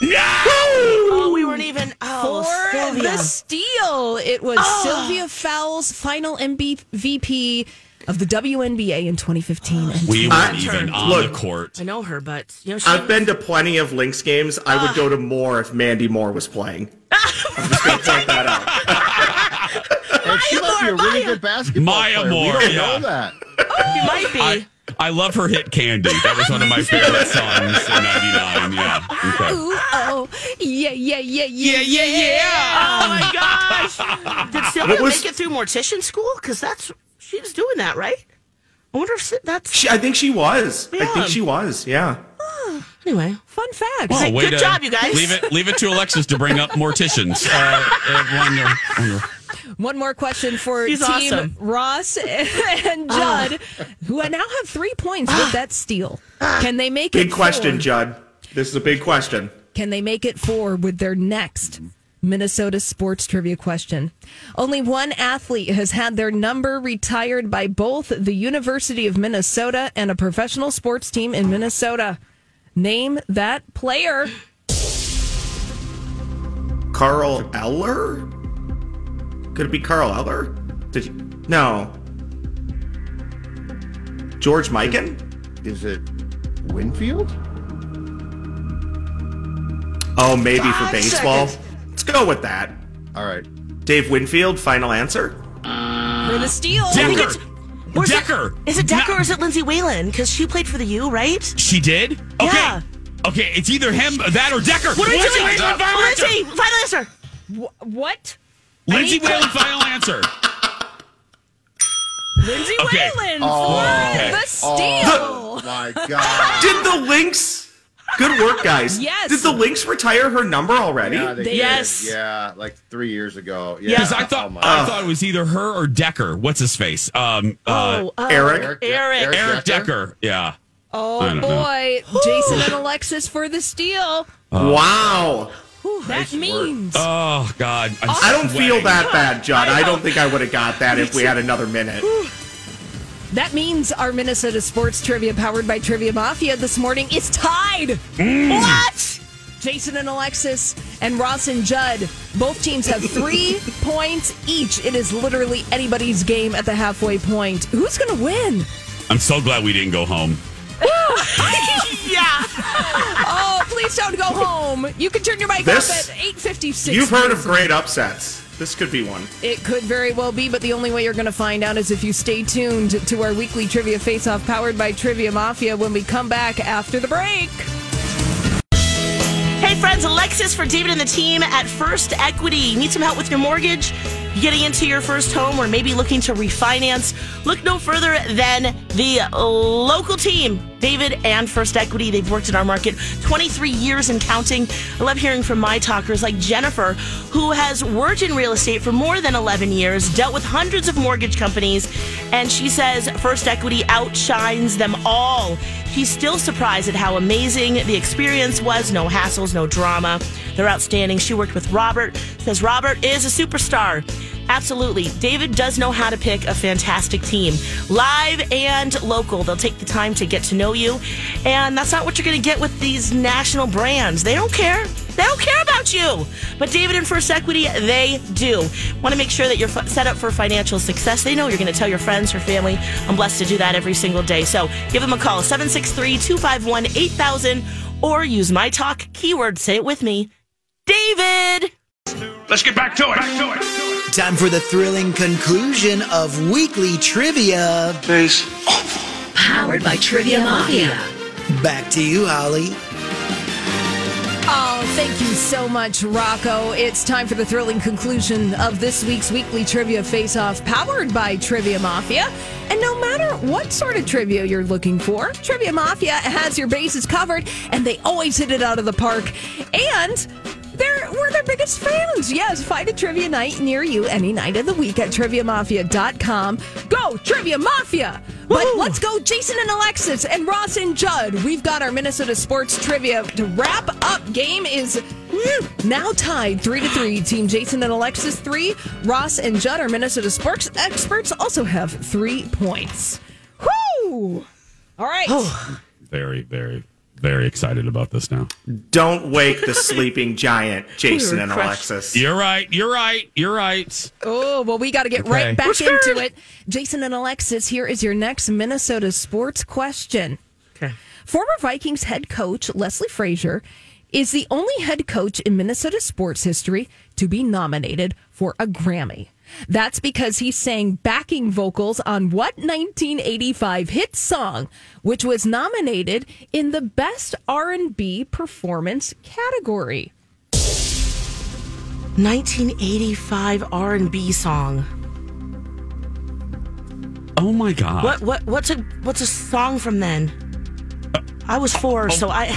Speaker 1: No.
Speaker 2: oh, we weren't even. Oh,
Speaker 3: for
Speaker 2: Sylvia.
Speaker 3: the steal. It was Sylvia Fowles' final MVP of the WNBA in 2015. And
Speaker 1: We
Speaker 9: I-
Speaker 1: weren't even on
Speaker 9: Look.
Speaker 1: the court.
Speaker 2: I know her, but you know she.
Speaker 9: I've been to plenty of Lynx games. I would go to more if Mandy Moore was playing. [LAUGHS] I'm just going to point that out.
Speaker 10: And she might be a
Speaker 2: Maya.
Speaker 10: really good basketball
Speaker 1: Maya
Speaker 10: player. We
Speaker 1: Moore,
Speaker 10: don't
Speaker 1: yeah.
Speaker 10: know that.
Speaker 2: she might be.
Speaker 1: I, I love her hit Candy. That was one of my favorite songs in 99. Yeah. Okay.
Speaker 3: Ooh, oh, yeah, yeah, yeah, yeah,
Speaker 1: [LAUGHS]
Speaker 2: oh my gosh! Did Sylvia
Speaker 9: was-
Speaker 2: make it through mortician school? Because that's she was doing that, right? I wonder if si- that's
Speaker 9: She, I think she was. I
Speaker 2: Yeah.
Speaker 9: think she was, yeah.
Speaker 2: anyway.
Speaker 3: Fun fact.
Speaker 1: Wow, way to-
Speaker 2: good job, you guys.
Speaker 1: Leave it, leave it to Alexis to bring up morticians. [LAUGHS] Uh, uh, wonder- wonder.
Speaker 3: One more question for
Speaker 2: She's
Speaker 3: Team
Speaker 2: awesome.
Speaker 3: Ross [LAUGHS] and Judd, who now have three points with that steal. Can they make it?
Speaker 9: Big question,
Speaker 3: four?
Speaker 9: Judd. This is a big question.
Speaker 3: Can they make it four with their next Minnesota sports trivia question. Only one athlete has had their number retired by both the University of Minnesota and a professional sports team in Minnesota. Name that player.
Speaker 9: Carl Eller? Could it be Carl Eller? Did you, no. George Mikan?
Speaker 10: Is it Winfield?
Speaker 9: Oh, maybe for baseball. Let's go with that.
Speaker 1: [LAUGHS]
Speaker 10: All right.
Speaker 9: Dave Winfield, final answer.
Speaker 3: For the steal.
Speaker 1: Decker.
Speaker 2: Or is it-
Speaker 1: Decker.
Speaker 2: Is it Decker
Speaker 1: No-
Speaker 2: or is it Lindsay Whalen? Because she played for the U, right?
Speaker 1: She did? Okay.
Speaker 2: Yeah.
Speaker 1: Okay, it's either him, that, or Decker.
Speaker 2: What are we
Speaker 1: Lindsay
Speaker 2: doing?
Speaker 1: Whalen, final answer.
Speaker 2: Lindsay, final answer.
Speaker 3: Wh- What?
Speaker 1: Lindsay Whalen, final answer.
Speaker 3: Lindsay
Speaker 1: Okay.
Speaker 3: Whalen
Speaker 10: Oh,
Speaker 3: for
Speaker 1: okay.
Speaker 3: the steal.
Speaker 10: Oh my god.
Speaker 9: Did the Lynx. Good work, guys.
Speaker 3: Yes.
Speaker 9: Did the Lynx retire her number already?
Speaker 10: Yeah, they did.
Speaker 2: Yes.
Speaker 10: Yeah, like three years ago. Yeah.
Speaker 1: Because I thought
Speaker 10: Oh my-
Speaker 1: I thought it was either her or Decker. What's his face? Um, uh,
Speaker 2: oh, oh,
Speaker 9: Eric.
Speaker 2: Eric.
Speaker 1: Eric Decker. Yeah. I
Speaker 3: Oh
Speaker 1: don't know.
Speaker 3: boy, Jason and Alexis for the steal.
Speaker 9: wow.
Speaker 3: Whew, that means
Speaker 1: Oh God. I'm
Speaker 9: I don't feel
Speaker 1: sweating.
Speaker 9: that bad, John. I don't think I would have got that if we had another minute.
Speaker 3: that means our Minnesota sports trivia powered by Trivia Mafia this morning is tied.
Speaker 1: Mm.
Speaker 3: What? Jason and Alexis and Ross and Judd. Both teams have three
Speaker 1: [LAUGHS]
Speaker 3: points each. It is literally anybody's game at the halfway point. Who's going to win?
Speaker 1: I'm so glad we didn't go home.
Speaker 2: Yeah.
Speaker 3: Oh, please don't
Speaker 1: [LAUGHS]
Speaker 3: go home. You can turn your mic
Speaker 9: This-
Speaker 3: off at 8.56.
Speaker 9: You've heard of great upsets. This could be one.
Speaker 3: It could very well be, but the only way you're going to find out is if you stay tuned to our weekly trivia face off powered by Trivia Mafia when we come back after the break.
Speaker 2: Hey friends, Alexis for David and the team at First Equity. Need some help with your mortgage? Getting into your first home or maybe looking to refinance? Look no further than the local team, David and First Equity. They've worked in our market 23 years and counting. I love hearing from my talkers like Jennifer, who has worked in real estate for more than 11 years, dealt with hundreds of mortgage companies, and she says First Equity outshines them all. He's still surprised at how amazing the experience was. No hassles, no drama. They're outstanding. She worked with Robert, says Robert is a superstar. Absolutely. David does know how to pick a fantastic team, live and local. They'll take the time to get to know you. And that's not what you're going to get with these national brands. They don't care. They don't care about you. But David and First Equity, they do. Want to make sure that you're f- set up for financial success. They know you're going to tell your friends, your family. I'm blessed to do that every single day. So give them a call, 763 251 8000, or use my talk keyword. Say it with me David.
Speaker 7: Let's get back to it. Back to it.
Speaker 5: Time for the thrilling conclusion of weekly trivia.
Speaker 7: Please.
Speaker 4: Powered by Trivia Mafia.
Speaker 5: Back to you, Holly.
Speaker 3: Oh, thank you so much, Rocco. It's time for the thrilling conclusion of this week's weekly trivia face off powered by Trivia Mafia. And no matter what sort of trivia you're looking for, Trivia Mafia has your bases covered and they always hit it out of the park. And They're, we're their biggest fans. Yes, find a trivia night near you any night of the week at triviamafia.com. Go, Trivia Mafia! But let's go, Jason and Alexis and Ross and Judd. We've got our Minnesota sports trivia to wrap up. Game is now tied three to three. Team Jason and Alexis three. Ross and Judd, our Minnesota sports experts, also have three points. Whoo! All right.
Speaker 1: Very, very, very excited about this now.
Speaker 9: Don't wake the sleeping
Speaker 2: [LAUGHS]
Speaker 9: giant, Jason and Alexis.
Speaker 1: You're right. You're right. You're right.
Speaker 3: Oh, well, we got to get
Speaker 1: Okay.
Speaker 3: right back into it. Jason and Alexis, here is your next Minnesota sports question.
Speaker 2: Okay.
Speaker 3: Former Vikings head coach Leslie Frazier is the only head coach in Minnesota sports history to be nominated for a Grammy. That's because he sang backing vocals on what 1985 hit song, which was nominated in the Best R&B Performance category.
Speaker 2: 1985 R&B song.
Speaker 1: Oh my God.
Speaker 2: What what what's a what's a song from then? I was four, so I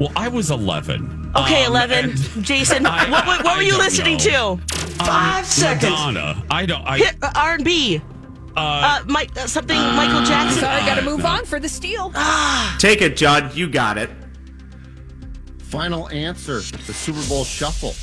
Speaker 1: Well, I was 11.
Speaker 2: okay.
Speaker 1: Oh, Um,
Speaker 2: Eleven,
Speaker 1: and-
Speaker 2: Jason.
Speaker 1: [LAUGHS] I-
Speaker 2: what, what, what
Speaker 1: I
Speaker 2: were you
Speaker 1: don't
Speaker 2: listening
Speaker 1: know.
Speaker 2: to?
Speaker 1: Five seconds. Madonna. I don't. I.
Speaker 2: Hit R and B. Uh, Mike, uh, something Michael Jackson.
Speaker 3: So I got to move on for the steal.
Speaker 9: Take it, Judd. You got it.
Speaker 10: Final answer: the Super Bowl Shuffle.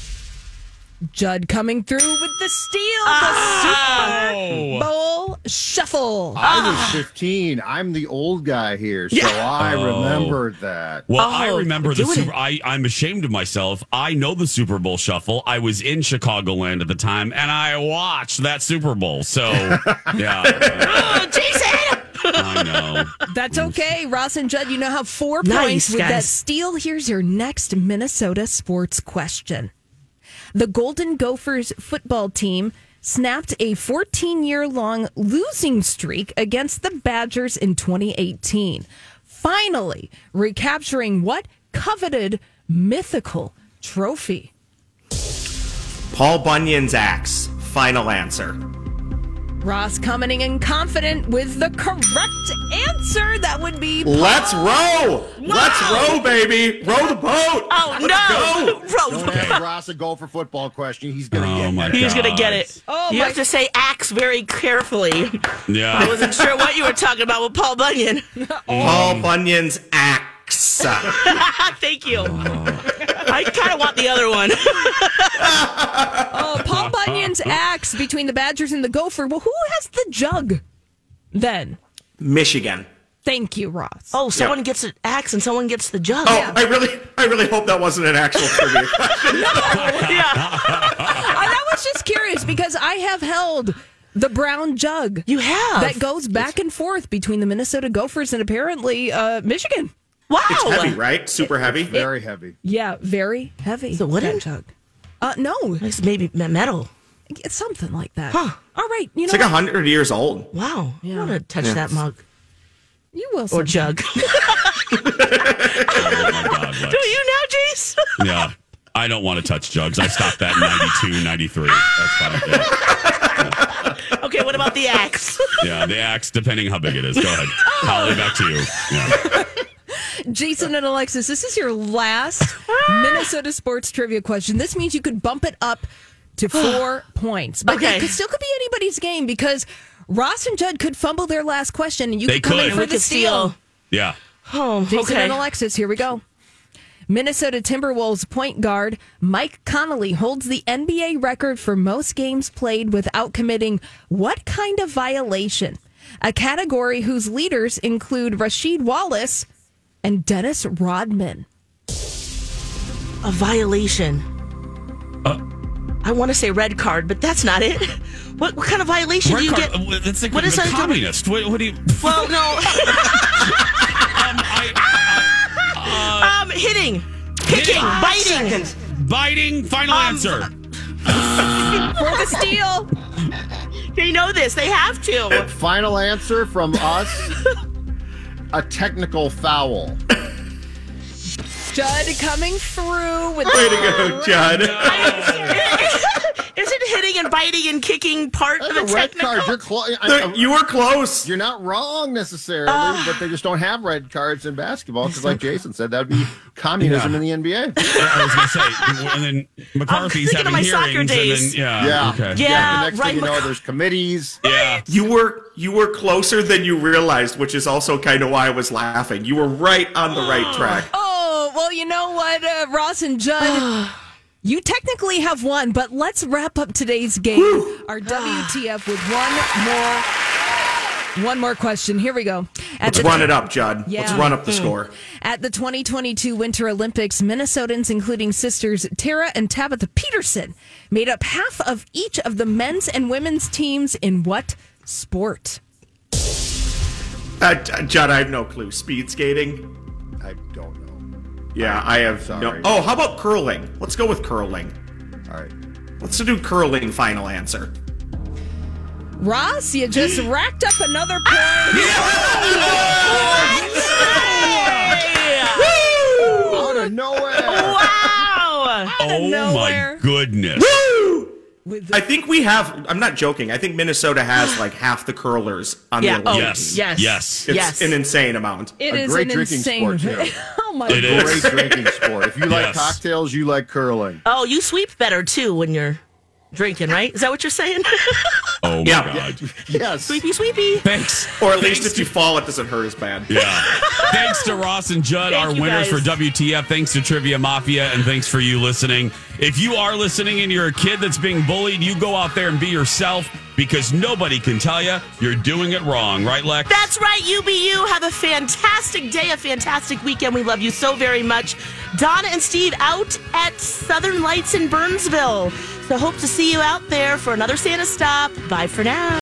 Speaker 3: Judd coming through with the steal,
Speaker 2: Ah!
Speaker 1: Ah.
Speaker 3: the Super Bowl shuffle.
Speaker 10: I was 15. I'm the old guy here, so I remembered that.
Speaker 1: Oh. Well,
Speaker 2: Oh,
Speaker 1: I remember the
Speaker 2: doing
Speaker 1: Super.
Speaker 2: it.
Speaker 1: I, I'm ashamed of myself. I know the Super Bowl shuffle. I was in Chicagoland at the time, and I watched that Super Bowl. So, yeah,
Speaker 2: Oh, Jason!
Speaker 1: I know.
Speaker 3: That's okay, Ross and Judd. You know how four
Speaker 2: Nice,
Speaker 3: points with that
Speaker 2: guys.
Speaker 3: steal. Here's your next Minnesota sports question. The Golden Gophers football team snapped a 14 year long losing streak against the Badgers in 2018, finally recapturing what coveted mythical trophy.
Speaker 9: Paul Bunyan's axe. Final answer.
Speaker 3: Ross coming in confident with the correct answer. That would be
Speaker 9: Let's row! Let's row, baby! Row the boat!
Speaker 2: Oh, no! Bro,
Speaker 10: Don't ask Ross a goal for football question. He's going to
Speaker 1: Oh
Speaker 10: get
Speaker 1: my
Speaker 10: that.
Speaker 2: he's going to
Speaker 1: God.
Speaker 2: get it.
Speaker 3: Oh,
Speaker 2: you
Speaker 3: my-
Speaker 2: have to say axe very carefully. I
Speaker 1: Yeah,
Speaker 2: wasn't sure what you were talking about with Paul Bunyan. [LAUGHS] Mm.
Speaker 9: Paul Bunyan's axe.
Speaker 2: Ah, Thank you. I kind of want the other one.
Speaker 3: Oh, Paul Bunyan's axe between the Badgers and the Gopher. Well, who has the jug then?
Speaker 9: Michigan.
Speaker 3: Thank you, Ross.
Speaker 2: Oh, someone gets an axe and someone gets the jug.
Speaker 9: Oh, I really, I really hope that wasn't an actual
Speaker 2: [LAUGHS]
Speaker 9: trivia.
Speaker 2: yeah.
Speaker 3: I, I was just curious because I have held the brown jug
Speaker 2: You have.
Speaker 3: that goes back and forth between the Minnesota Gophers and apparently uh, Michigan.
Speaker 2: wow.
Speaker 9: it's heavy, right? Super heavy.
Speaker 10: Very heavy.
Speaker 3: Yeah, very heavy.
Speaker 2: it wooden?
Speaker 3: that jug? Uh, no,
Speaker 2: It's maybe me- metal.
Speaker 3: it's something like that.
Speaker 2: Huh.
Speaker 3: All right, you know
Speaker 9: It's like
Speaker 3: what?
Speaker 9: hundred years old.
Speaker 2: Wow. I want to touch that mug
Speaker 3: you will.
Speaker 2: or
Speaker 3: sometime.
Speaker 2: jug. [LAUGHS] Do
Speaker 1: oh my God, Lex.
Speaker 2: you now, Jace? [LAUGHS]
Speaker 1: yeah. I don't want to touch jugs. I stopped that in 92, 93. That's fine.
Speaker 2: [LAUGHS]
Speaker 1: Yeah.
Speaker 2: okay, what about the axe?
Speaker 1: yeah, the axe, depending how big it is. Go ahead. Holly, back to you. Yeah.
Speaker 3: Jason and Alexis, this is your last Minnesota sports trivia question. This means you could bump it up to four points, but
Speaker 2: Okay.
Speaker 3: it could, still could be anybody's game because Ross and Judd could fumble their last question, and you
Speaker 1: They
Speaker 3: could come
Speaker 1: could.
Speaker 3: in for
Speaker 2: We
Speaker 3: the
Speaker 2: could
Speaker 3: steal.
Speaker 2: steal.
Speaker 1: Yeah.
Speaker 2: Oh,
Speaker 3: Jason
Speaker 2: okay.
Speaker 3: and Alexis, here we go. Minnesota Timberwolves point guard Mike Connolly holds the NBA record for most games played without committing what kind of violation? A category whose leaders include Rashid Wallace and Dennis Rodman.
Speaker 2: a violation. I want to say red card, but that's not it. What, what kind of violation do you
Speaker 1: Red card- uh,
Speaker 2: get?
Speaker 1: It's like
Speaker 2: what
Speaker 1: a
Speaker 2: is that?
Speaker 1: communist. What, what do you.
Speaker 2: [LAUGHS]
Speaker 1: [LAUGHS]
Speaker 2: Well, no.
Speaker 1: Um, I,
Speaker 2: [LAUGHS] um, hitting, kicking,
Speaker 1: Hitting.
Speaker 2: biting.
Speaker 1: biting, final
Speaker 2: Um,
Speaker 1: answer.
Speaker 3: for the steal.
Speaker 2: They know this. They have to.
Speaker 10: Final answer from us a technical foul.
Speaker 3: Judd coming through with
Speaker 9: Way to
Speaker 2: Oh,
Speaker 9: [LAUGHS] go, Judd.
Speaker 2: [LAUGHS] Isn't hitting and biting and kicking part of
Speaker 10: That's
Speaker 2: a
Speaker 10: a red
Speaker 2: technical?
Speaker 10: card. You're, clo- I- I-
Speaker 9: You were close.
Speaker 10: you're not wrong necessarily, but they just don't have red cards in basketball
Speaker 1: [LAUGHS]
Speaker 10: because, like Jason said, that would be communism in the NBA.
Speaker 1: I was going to say, and then McCarthy's
Speaker 2: thinking
Speaker 1: having
Speaker 2: of my soccer
Speaker 1: hearings, and
Speaker 2: days.
Speaker 1: then yeah,
Speaker 10: Yeah.
Speaker 1: okay.
Speaker 2: Yeah.
Speaker 10: the next
Speaker 2: right,
Speaker 10: thing you know,
Speaker 2: Mc-
Speaker 10: there's committees.
Speaker 1: [LAUGHS] yeah.
Speaker 9: You were you were closer than you realized, which is also kind of why I was laughing. You were right on
Speaker 2: [GASPS]
Speaker 9: the right track.
Speaker 3: Oh, well, you know what, uh, Ross and Judd? you technically have won, but let's wrap up today's game, our WTF, with one more. One more question. Here we go. At
Speaker 9: Let's run it up, Judd. Let's
Speaker 3: Yeah.
Speaker 9: run
Speaker 2: Hmm.
Speaker 9: up the score.
Speaker 3: At the 2022 Winter Olympics, Minnesotans, including sisters Tara and Tabitha Peterson, made up half of each of the men's and women's teams in what sport?
Speaker 9: Uh, J- Judd, I have no clue. Speed skating?
Speaker 10: I don't know.
Speaker 9: Yeah, I have no.
Speaker 10: sorry.
Speaker 9: Oh, how about curling? Let's go with curling.
Speaker 10: All right.
Speaker 9: Let's do curling
Speaker 2: [LAUGHS]
Speaker 9: final answer.
Speaker 3: Ross, you just racked up another point.
Speaker 10: Out
Speaker 2: Oh,
Speaker 10: of nowhere.
Speaker 2: Wow.
Speaker 1: Oh
Speaker 3: nowhere.
Speaker 1: my goodness.
Speaker 3: With
Speaker 9: I think we have. I'm not joking. I think Minnesota has like half the curlers on
Speaker 2: Yeah.
Speaker 9: the
Speaker 2: Oh,
Speaker 9: Olympics.
Speaker 1: Yes.
Speaker 2: Yes.
Speaker 1: Yes.
Speaker 9: It's
Speaker 2: yes.
Speaker 9: an insane amount.
Speaker 3: it
Speaker 10: A
Speaker 3: is
Speaker 10: great
Speaker 3: an
Speaker 10: drinking
Speaker 3: insane.
Speaker 10: sport, too.
Speaker 3: [LAUGHS] oh my
Speaker 1: It
Speaker 3: god!
Speaker 10: Great
Speaker 1: is.
Speaker 10: drinking sport. If you like
Speaker 1: Yes.
Speaker 10: cocktails, you
Speaker 2: [LAUGHS]
Speaker 10: like curling.
Speaker 2: Oh, you sweep better too when you're drinking, right? Is that what you're saying?
Speaker 1: Oh my
Speaker 9: Yeah.
Speaker 1: God.
Speaker 10: Yes.
Speaker 2: Sweepy, sweepy.
Speaker 1: Thanks.
Speaker 9: Or at least
Speaker 1: Thanks
Speaker 9: if you fall, it doesn't hurt as
Speaker 1: [LAUGHS]
Speaker 9: bad.
Speaker 1: Yeah. thanks to Ross and Judd,
Speaker 2: Thank
Speaker 1: our
Speaker 2: you
Speaker 1: winners
Speaker 2: guys.
Speaker 1: for WTF. Thanks to Trivia Mafia, and thanks for you listening. If you are listening and you're a kid that's being bullied, you go out there and be yourself because nobody can tell you you're doing it wrong, right, Lex?
Speaker 2: That's right, UBU. Have a fantastic day, a fantastic weekend. We love you so very much. Donna and Steve out at Southern Lights in Burnsville. So hope to see you out there for another Santa stop. Bye for now.